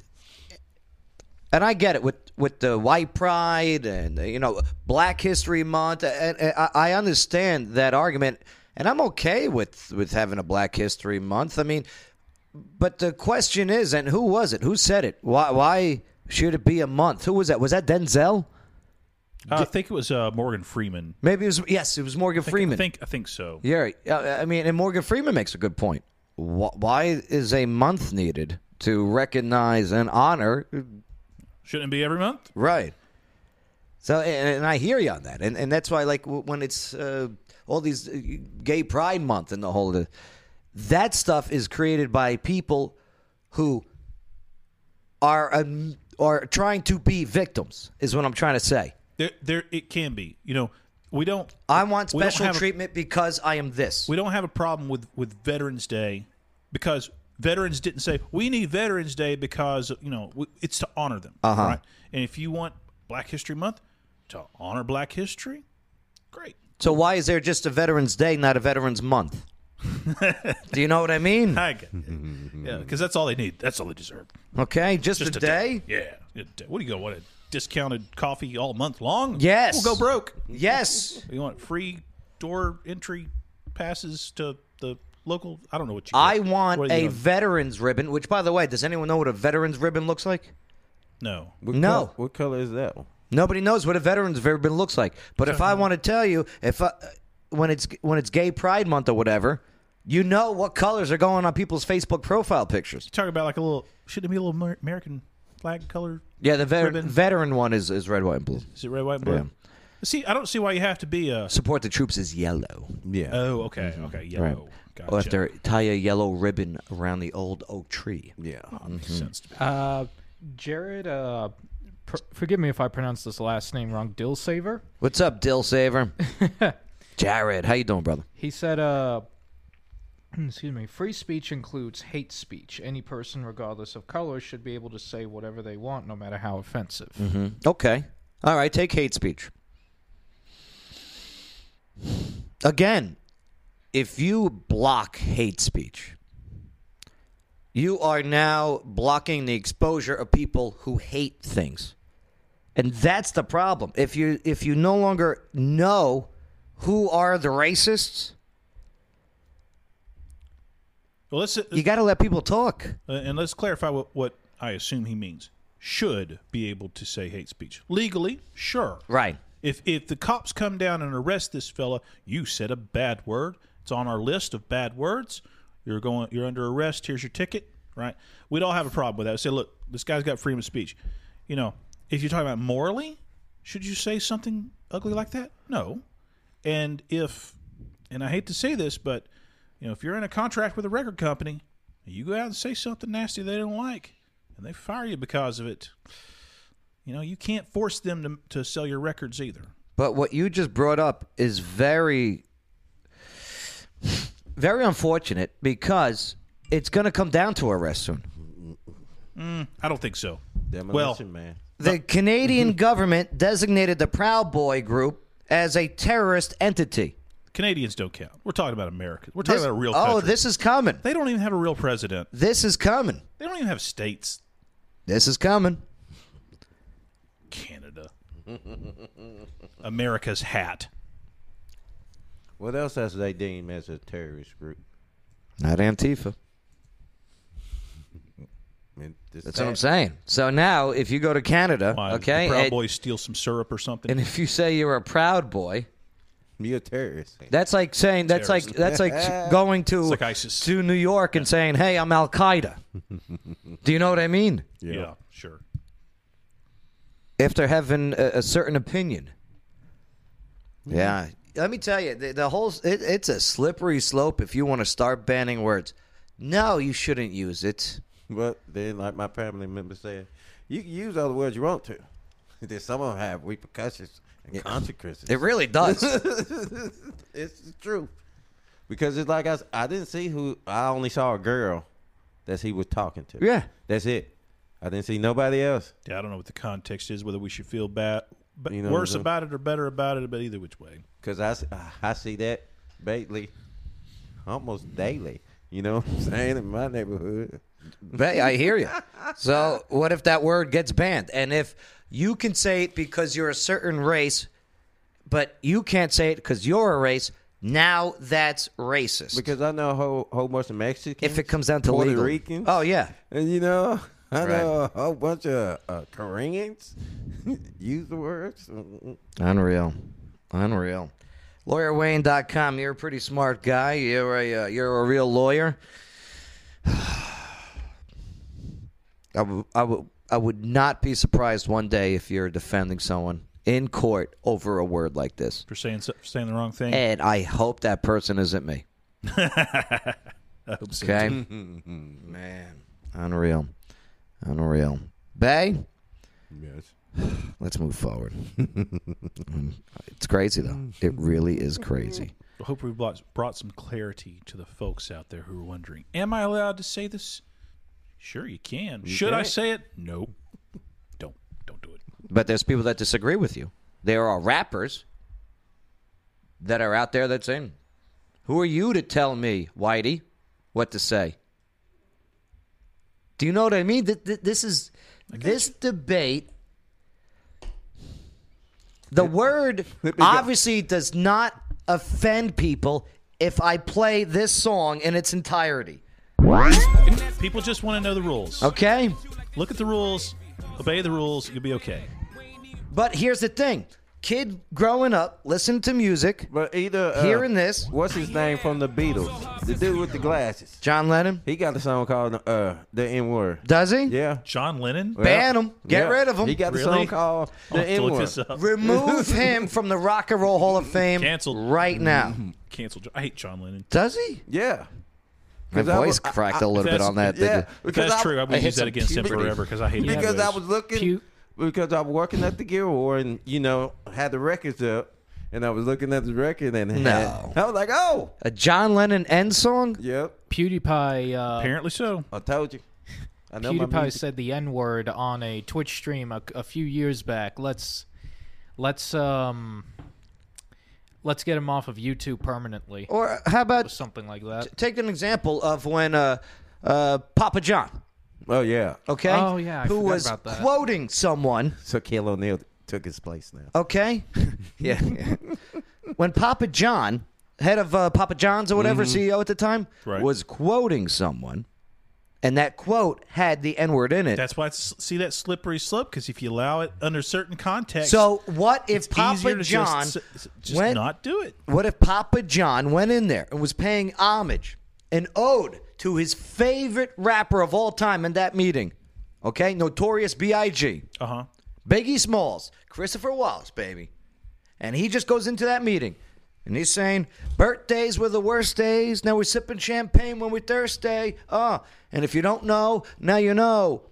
S2: and I get it with with the white pride and uh, you know Black History Month, and, and I I understand that argument, and I'm okay with with having a Black History Month. I mean, but the question is, and who was it? Who said it? Why why should it be a month? Who was that? Was that Denzel?
S4: I think it was uh, Morgan Freeman.
S2: Maybe it was. Yes, it was Morgan
S4: I
S2: Freeman.
S4: think I think so.
S2: Yeah, uh, I mean, and Morgan Freeman makes a good point. Wh- Why is a month needed to recognize and honor
S4: Shouldn't it be every month?
S2: Right. So, and, and I hear you on that, and and that's why, like, w- when it's uh, all these uh, Gay Pride Month and the whole, the, that stuff is created by people who are um, are trying to be victims. Is what I'm trying to say.
S4: There, there, it can be. You know, we don't.
S2: I want
S4: we don't
S2: special
S4: have a-
S2: treatment because I am this.
S4: we don't have a problem with with Veterans Day because veterans didn't say we need Veterans Day because you know we, it's to honor them,
S2: Uh-huh.
S4: right? And if you want Black History Month to honor Black history, great.
S2: so why is there just a Veterans Day, not a Veterans Month? Do you know what I mean?
S4: I get it. yeah, because that's all they need. That's all they deserve.
S2: Okay, just,
S4: Just
S2: a, day.
S4: Yeah. A day. What do you go? What a discounted coffee all month long?
S2: Yes.
S4: We'll go broke.
S2: Yes,
S4: You want free door entry passes to the local? I don't know what you.
S2: I
S4: get.
S2: want
S4: What are
S2: a
S4: you gonna-
S2: veterans ribbon. Which, by the way, does anyone know what a veterans ribbon looks like?
S4: no.
S3: What
S2: No.
S3: col- what color is that one?
S2: Nobody knows what a veterans ribbon looks like. But if I want to tell you, if I, when it's when it's Gay Pride Month or whatever, you know what colors are going on people's Facebook profile pictures.
S4: talking about like a little should it be a little Amer- American flag color?
S2: Yeah, the veter-
S4: Ribbon.
S2: veteran one is, is red, white, and blue.
S4: Is it red, white, and blue?
S2: Yeah.
S4: See, I don't see why you have to be a.
S2: Support the troops is yellow.
S3: Yeah.
S2: Uh,
S4: Oh, okay, okay, yellow. Gotcha.
S2: Or Mm-hmm. if they tie a yellow ribbon around the old oak tree. Mm-hmm.
S3: yeah.
S4: makes sense to me.
S5: uh, Jared, uh, pr- forgive me if I pronounce this last name wrong. Dill Saver.
S2: What's up, Dill Saver? Jared, how you doing, brother?
S5: He said, uh, excuse me, free speech includes hate speech. Any person, regardless of color, should be able to say whatever they want, no matter how offensive.
S3: Mm-hmm.
S2: Okay. All right, take hate speech. Again, if you block hate speech, you are now blocking the exposure of people who hate things. And that's the problem. If you if you no longer know who are the racists,
S4: Well, let's uh,
S2: you got to let people talk.
S4: and let's clarify what, what I assume he means. Should be able to say hate speech legally, sure.
S2: Right.
S4: If if the cops come down and arrest this fella, you said a bad word. It's on our list of bad words. You're going. You're under arrest. Here's your ticket. Right. We'd all have a problem with that. We'd say, look, this guy's got freedom of speech. You know, if you're talking about morally, should you say something ugly like that? No. And if, and I hate to say this, but you know, if you're in a contract with a record company, you go out and say something nasty they don't like, and they fire you because of it. You know, you can't force them to, to sell your records either.
S2: But what you just brought up is very, very unfortunate because it's going to come down to arrest soon.
S4: I don't think so.
S3: Demolition
S4: well,
S3: man.
S2: The Canadian government designated the Proud Boy group as a terrorist entity.
S4: Canadians don't count. We're talking about America. We're talking
S2: This-
S4: about a real
S2: oh,
S4: country.
S2: this is coming.
S4: they don't even have a real president.
S2: This is coming.
S4: They don't even have states.
S2: This is coming.
S4: Canada. America's hat.
S3: What else has they deemed as a terrorist group?
S2: Not Antifa.
S3: I mean, this
S2: That's what I'm
S3: that-
S2: saying. So now, if you go to Canada,
S4: Why, did
S2: okay,
S4: The Proud
S2: and-
S4: Boys steal some syrup or something.
S2: and if you say you're a Proud Boy,
S3: You a terrorist?
S2: That's like saying that's like that's like going to
S4: like ISIS.
S2: to New York and saying, "Hey, I'm Al Qaeda." Do you know what I mean?
S4: yeah. sure.
S2: After having a, a certain opinion, yeah. Let me tell you, the, the whole it, it's a slippery slope. If you want to start banning words, no, you shouldn't use it.
S3: But then, like my family member said, you can use all the words you want to. then some of them have repercussions and consequences.
S2: It really does.
S3: it's true. Because it's like I, s- I didn't see who. I only saw a girl that he was talking to.
S2: Yeah.
S3: That's it. I didn't see nobody else.
S4: Yeah, I don't know what the context is, whether we should feel bad, but
S3: You know,
S4: worse
S3: the-
S4: about it or better about it, but either which way.
S3: Cause I, s- I see that Bailey almost daily. You know what I'm saying in my neighborhood.
S2: Hey, I hear you. So, what if that word gets banned? And if you can say it because you're a certain race, but you can't say it because you're a race, now that's racist.
S3: Because I know a whole, whole bunch of Mexicans.
S2: if it comes down to
S3: Puerto
S2: legal.
S3: Ricans.
S2: Oh, yeah.
S3: And you know, I
S2: Right.
S3: know a whole bunch of uh, Koreans use the words. Mm-mm.
S2: Unreal. Unreal. LawyerWayne.com. You're a pretty smart guy. You're a, uh, you're a real lawyer. I w- I w- I would not be surprised one day if you're defending someone in court over a word like this.
S4: For saying so- for saying the wrong thing.
S2: And I hope that person isn't me.
S4: I hope so.
S2: Okay? Man. Unreal. Unreal. Bay?
S3: Yes.
S2: Let's move forward. Um, it's crazy, though. It really is crazy.
S4: I hope we brought, brought some clarity to the folks out there who are wondering, am I allowed to say this? Sure, you can. Should I
S3: can.
S4: say it? Nope. Don't. Don't do it.
S2: But there's people that disagree with you. There are rappers that are out there that's in. Who are you to tell me, Whitey, what to say? Do you know what I mean? Th- th- This is this debate. The word obviously does not offend people if I play this song in its entirety.
S4: People just want to know the rules.
S2: Okay?
S4: Look at the rules, obey the rules, you'll be okay.
S2: But here's the thing kid growing up, listening to music,
S3: But either uh,
S2: hearing this,
S3: what's his name from the Beatles? The dude with the glasses.
S2: John Lennon,
S3: He got a song called uh, "The N Word."
S2: Does he?
S3: Yeah.
S4: John Lennon?
S3: Well,
S2: Ban him. Get
S3: yeah.
S2: rid of him.
S3: He got the
S4: Really?
S3: song called "The
S4: I'll have to
S3: N
S4: look
S3: Word."
S4: this up.
S2: Remove him from the Rock and Roll Hall of Fame
S4: Canceled.
S2: right now.
S3: Mm-hmm.
S4: Cancel. I hate John Lennon.
S2: Does he?
S3: Yeah.
S2: My
S3: 'Cause I
S2: voice
S3: was-
S2: cracked a little bit
S4: that's-
S2: on that.
S3: Yeah,
S2: didn't it?
S4: If that's true, I would
S2: hit
S4: use that
S2: some
S4: against him
S2: puberty.
S4: forever because I hate his
S3: because I
S4: voice.
S3: was looking
S8: Cute.
S3: because I was working at the Guild War and you know had the records up and I was looking at the record and it
S2: No.
S3: had, I was like, oh,
S2: A John Lennon end song?
S3: yep,
S8: PewDiePie uh,
S4: Apparently so.
S3: I told you. I know my
S8: PewDiePie
S3: music.
S8: said the N word on a Twitch stream a, a few years back. Let's let's um let's get him off of YouTube permanently or
S2: Or how about
S8: something like that.
S2: take an example of when uh, uh, Papa John,
S3: oh yeah,
S2: okay?
S8: Oh, yeah, I
S2: who
S8: forgot
S2: was
S8: about that.
S2: quoting someone,
S3: so Kale O'Neal took his place now.
S2: okay? yeah, yeah. When Papa John, head of uh, Papa John's or whatever,
S3: Mm-hmm.
S2: CEO at the time,
S4: Right.
S2: was quoting someone, and that quote had the N word in it.
S4: That's why it's see that slippery slope because if you allow it under certain context,
S2: So what if
S4: it's easier
S2: Papa
S4: to
S2: John
S4: just, s- just
S2: went?
S4: not do it.
S2: What if Papa John went in there and was paying homage, an ode to his favorite rapper of all time in that meeting? Okay, Notorious B.I.G.,
S4: Uh huh.
S2: Biggie Smalls, Christopher Wallace, baby, and he just goes into that meeting. And he's saying, birthdays were the worst days. Now we're sipping champagne when we're thirsty. Uh, and if you don't know, now you know.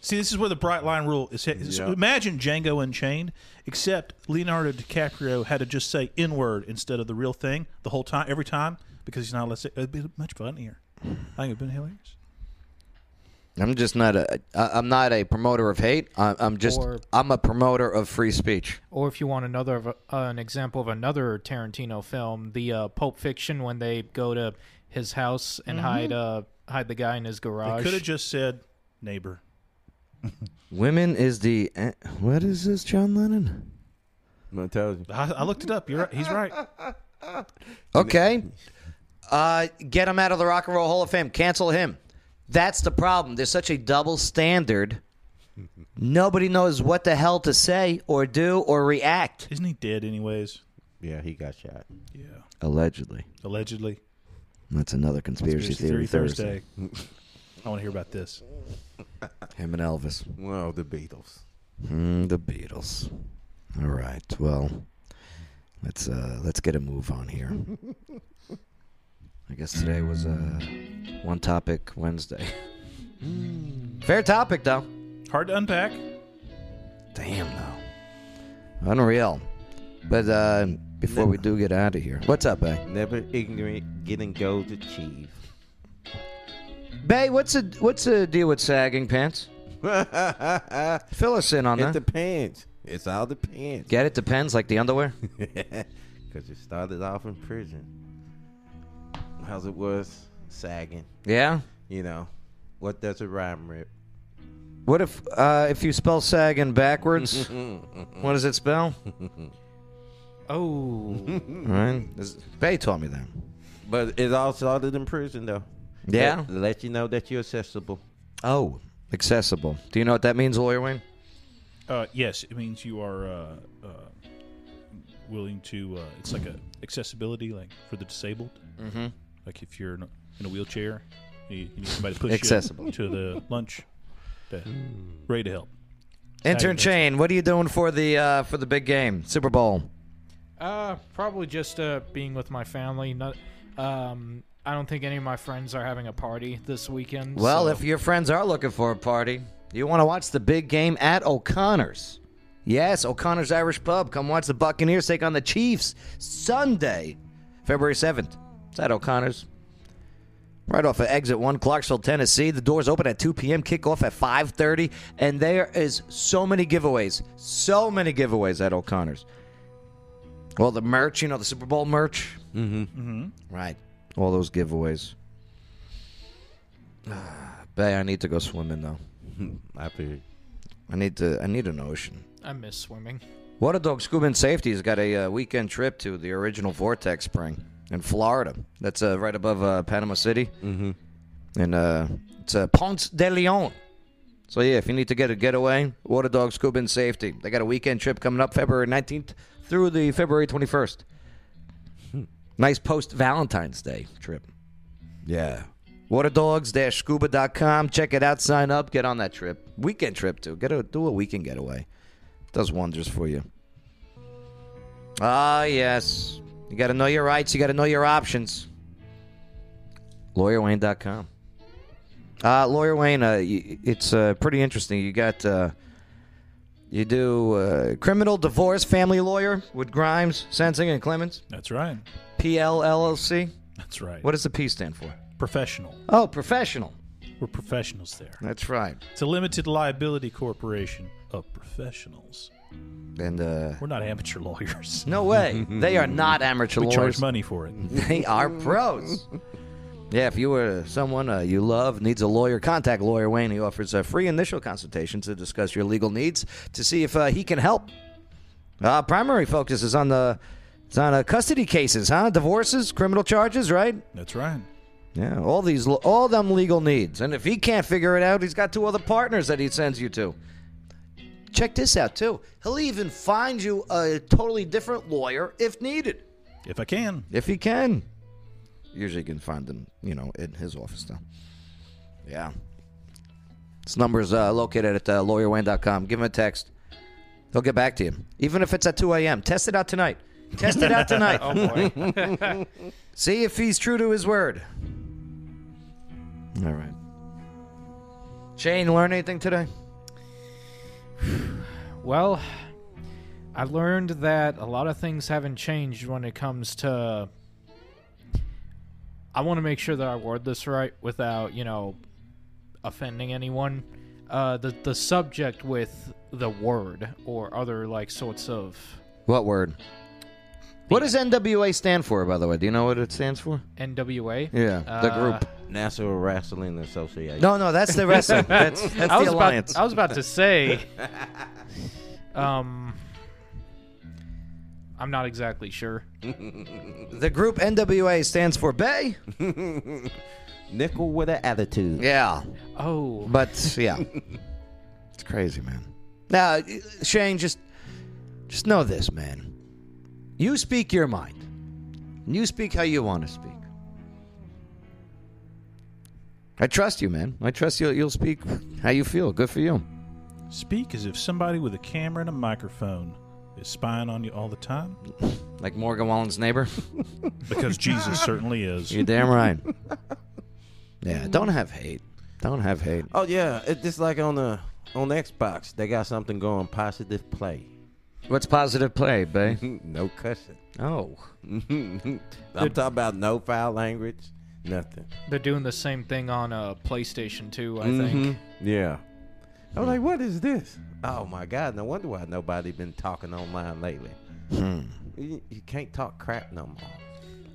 S4: See, this is where the bright line rule is. hit. So imagine Django Unchained, except Leonardo DiCaprio had to just say N word instead of the real thing the whole time, every time, because he's not allowed to say. It'd be much funnier. I think it'd been hilarious.
S2: I'm just not a. I- I'm not a promoter of hate. I- I'm just.
S8: Or-
S2: I'm a promoter of free speech.
S8: Or if you want another of a, uh, an example of another Tarantino film, the uh, Pulp Fiction when they go to his house and
S2: Mm-hmm.
S8: hide uh hide the guy in his
S4: They
S8: garage.
S4: could have just said neighbor.
S2: Women is the. eh, What is this, John Lennon?
S3: I told you.
S4: I, I looked it up. You're right. He's right.
S2: Okay. Uh, get him out of the Rock and Roll Hall of Fame. Cancel him. That's the problem. There's such a double standard. Nobody knows what the hell to say or do or react.
S4: Isn't he dead anyways?
S3: Yeah, he got shot.
S4: Yeah,
S2: Allegedly,
S4: allegedly.
S2: that's another conspiracy,
S4: Conspiracy
S2: theory, Thursday.
S4: Thursday. I want to hear about this.
S2: Him and Elvis.
S3: Well, the Beatles.
S2: Mm, the Beatles. All right. Well, let's uh let's get a move on here. I guess today was uh one topic Wednesday. Fair topic though.
S4: Hard to unpack.
S2: Damn though. Unreal. But uh before we do get out of here. What's up, eh?
S3: Never ignorant, get and go to achieve.
S2: Bay, what's a what's the deal with sagging pants?
S3: it
S2: Fill us in on that.
S3: depends. It's all depends.
S2: Get it? Depends, like the underwear.
S3: Because it started off in prison. How's it was? Sagging.
S2: yeah.
S3: You know, what does it rhyme with?
S2: What if uh, if you spell sagging backwards? what does it spell?
S8: Oh,
S2: Right. This- Bay taught me that.
S3: But it all started in prison, though.
S2: Yeah.
S3: Let, let you know that you're accessible.
S2: Oh, accessible. Do you know what that means, lawyer Wayne?
S4: Uh, yes, it means you are uh, uh, willing to. Uh, it's like a accessibility, like for the disabled. Mm-hmm. Like if you're in a, in a wheelchair, you, you need somebody to push
S2: Accessible.
S4: you to the lunch. To, ready to help.
S2: Intern
S4: Sagging
S2: Chain, what are you doing for the uh, for the big game, Super Bowl?
S8: uh, probably just uh being with my family. Not, um, I don't think any of my friends are having a party this weekend.
S2: Well,
S8: so-
S2: if your friends are looking for a party, you want to watch the big game at O'Connor's. Yes, O'Connor's Irish Pub. Come watch the Buccaneers take on the Chiefs Sunday, February 7th. It's at O'Connor's. Right off of exit 1, Clarksville, Tennessee. The doors open at 2 p.m., kickoff at 5.30, and there is so many giveaways. So many giveaways at O'Connor's. All the merch, you know, the Super Bowl merch. Mm-hmm. mm-hmm. Right. All those giveaways. Bay, I need to go swimming though.
S3: I figured.
S2: I need to. I need an ocean.
S8: I miss swimming.
S2: Water Dog Scuba and Safety has got a uh, weekend trip to the original Vortex Spring in Florida. That's uh, right above uh, Panama City, mm-hmm. and uh, it's uh, Ponce de Leon. So yeah, if you need to get a getaway, Water Dog Scuba and Safety. They got a weekend trip coming up February 19th through the February 21st. Nice post Valentine's Day trip.
S3: Yeah.
S2: waterdogs-scuba.com. Check it out. Sign up. Get on that trip. Weekend trip too. Get a do a weekend getaway. Does wonders for you. Ah yes, you got to know your rights. You got to know your options. LawyerWayne.com. Uh, Lawyer Wayne, uh, y- it's uh, pretty interesting. You got uh, you do uh, criminal divorce family lawyer with Grimes, Sensing, and Clemens.
S4: That's right.
S2: PL LLC.
S4: That's right.
S2: What does the P stand for?
S4: professional?
S2: Oh, professional.
S4: We're professionals there.
S2: That's right.
S4: It's a limited liability corporation of professionals.
S2: And uh,
S4: We're not amateur lawyers.
S2: no way, they are not amateur
S4: We
S2: lawyers.
S4: charge money for it.
S2: They are pros. yeah, if you were someone uh, you love needs a lawyer, contact Lawyer Wayne. He offers a free initial consultation to discuss your legal needs to see if uh, he can help. Uh, primary focus is on the it's on uh, custody cases, huh? Divorces, criminal charges, right?
S4: That's right.
S2: Yeah, all these, all them legal needs. And if he can't figure it out, he's got two other partners that he sends you to. Check this out too. He'll even find you a totally different lawyer if needed,
S4: If I can,
S2: if he can. Usually, you can find him, you know, in his office though. Yeah. His number is uh, located at uh, lawyerwayne.com. Give him a text. He'll get back to you, even if it's at 2 a.m. Test it out tonight. Test it out tonight. oh boy. See if he's true to his word. All right. Shane, learn anything today?
S8: Well, I learned that a lot of things haven't changed when it comes to. I want to make sure that I word this right without, you know, offending anyone. Uh, the the subject with the word or other like sorts of
S2: What word? What does NWA stand for, by the way? Do you know what it stands for?
S8: NWA.
S2: Yeah, the group.
S3: National Wrestling Association.
S2: No, no, that's the wrestling. That's, that's
S8: I
S2: the
S8: was
S2: alliance.
S8: about I was about to say. um, I'm not exactly sure.
S2: the group NWA stands for Bay.
S3: Nickel with an attitude.
S2: Yeah,
S8: Oh,
S2: but yeah, it's crazy, man. Now, Shane, just just know this, man. You speak your mind, and you speak how you want to speak. I trust you, man. I trust you. You'll speak how you feel. Good for you.
S4: speak as if somebody with a camera and a microphone is spying on you all the time,
S2: Like Morgan Wallen's neighbor.
S4: because Jesus certainly is.
S2: You're damn right. yeah. Don't have hate. Don't have hate.
S3: Oh yeah, it's just like on the on Xbox. They got something going. Positive play.
S2: What's positive play, Bay?
S3: no cussing.
S2: Oh.
S3: I'm talking about no foul language, Nothing.
S5: They're doing the same thing on uh, PlayStation 2, I
S3: Mhm.
S2: Mm-hmm.
S5: think.
S3: Yeah. I was like, what is this? Oh my God! No wonder why nobody been talking online lately.
S2: Hmm.
S3: You, you can't talk crap no more.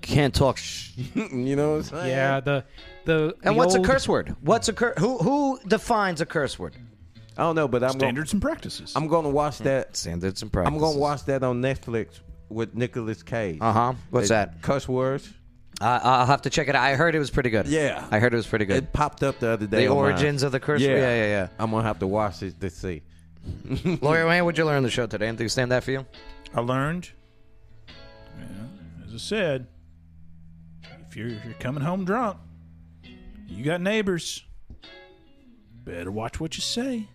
S2: Can't talk. Sh-
S3: you know what I'm saying?
S5: Yeah, the the
S2: and
S5: the
S2: what's
S5: old-
S2: a curse word? What's a curse? Who who defines a curse word?
S3: I don't know, but I'm gonna,
S4: Standards and practices.
S3: I'm gonna watch that.
S2: Standards and Hmm. practices.
S3: I'm gonna watch that on Netflix with Nicolas Cage.
S2: Uh huh. What's
S3: They-
S2: that?
S3: Cuss words.
S2: I, I'll have to check it. out. I heard it was pretty good.
S3: Yeah.
S2: I heard it was pretty good.
S3: It popped up the other day.
S2: The
S3: on mine.
S2: origins of the curse word? Yeah, yeah, yeah.
S3: I'm gonna have to watch this to see.
S2: Lawyer Wayne, what'd you learn on the show today? Anything stand out for you?
S4: I learned, yeah, as I said, if you're, if you're coming home drunk, you got neighbors. Better watch what you say.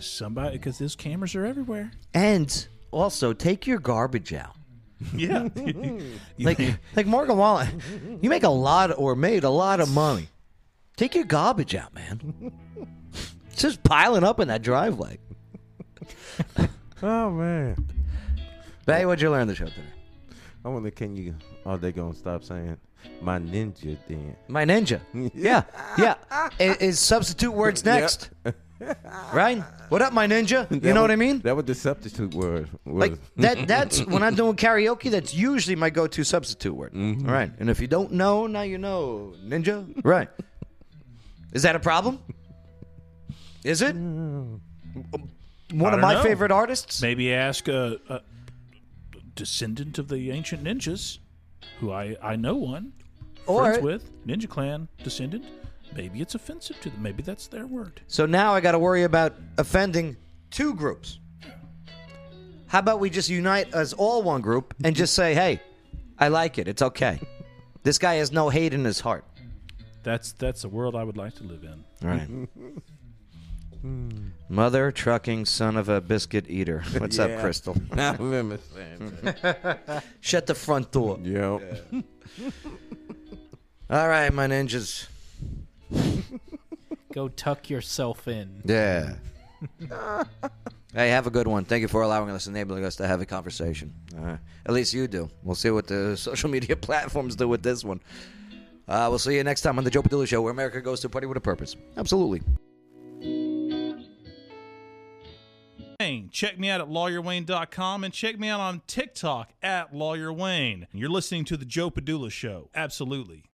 S4: Somebody, because those cameras are everywhere.
S2: And also, take your garbage out.
S4: Yeah,
S2: Like, like Morgan Wallen, you make a lot or made a lot of money. Take your garbage out, man. It's just piling up in that driveway.
S3: Oh man.
S2: Bay, what'd you learn on the show today?
S3: I wonder, can you? Are they gonna stop saying my ninja then?
S2: My ninja. Yeah, yeah. I- Is substitute words next? Right? What up, my ninja? You
S3: That
S2: know
S3: was-
S2: what I mean?
S3: That was the substitute word. was-
S2: like that that's when i'm doing karaoke that's usually my go-to substitute word
S3: Mm-hmm.
S2: All right and if you don't know now you know ninja right is that a problem is it one
S3: Mm.
S2: of
S4: don't
S2: my
S4: know.
S2: favorite artists
S4: maybe ask a, a descendant of the ancient ninjas, who I I know one,
S2: or
S4: friends with Ninja Clan descendant. Maybe it's offensive to them. Maybe that's their word.
S2: so now i gotta worry about offending two groups how about we just unite as all one group and just say hey i like it it's okay this guy has no hate in his heart
S4: That's that's a world I would like to live in.
S2: Right. Mother trucking son of a biscuit eater. What's up,
S3: Yeah.
S2: Crystal? Hmm.
S3: I remember saying that.
S2: Shut the front door.
S3: Yep.
S2: All right, my ninjas.
S5: Go tuck yourself in.
S2: Yeah. hey, have a good one. Thank you for allowing us, enabling us to have a conversation. Uh, at least you do. We'll see what the social media platforms do with this one. Uh, we'll see you next time on the Joe Padula Show, where America goes to a party with a purpose. Absolutely.
S4: Wayne. Check me out at lawyerwayne.com and check me out on TikTok at lawyerwayne. You're listening to the Joe Padula Show. Absolutely.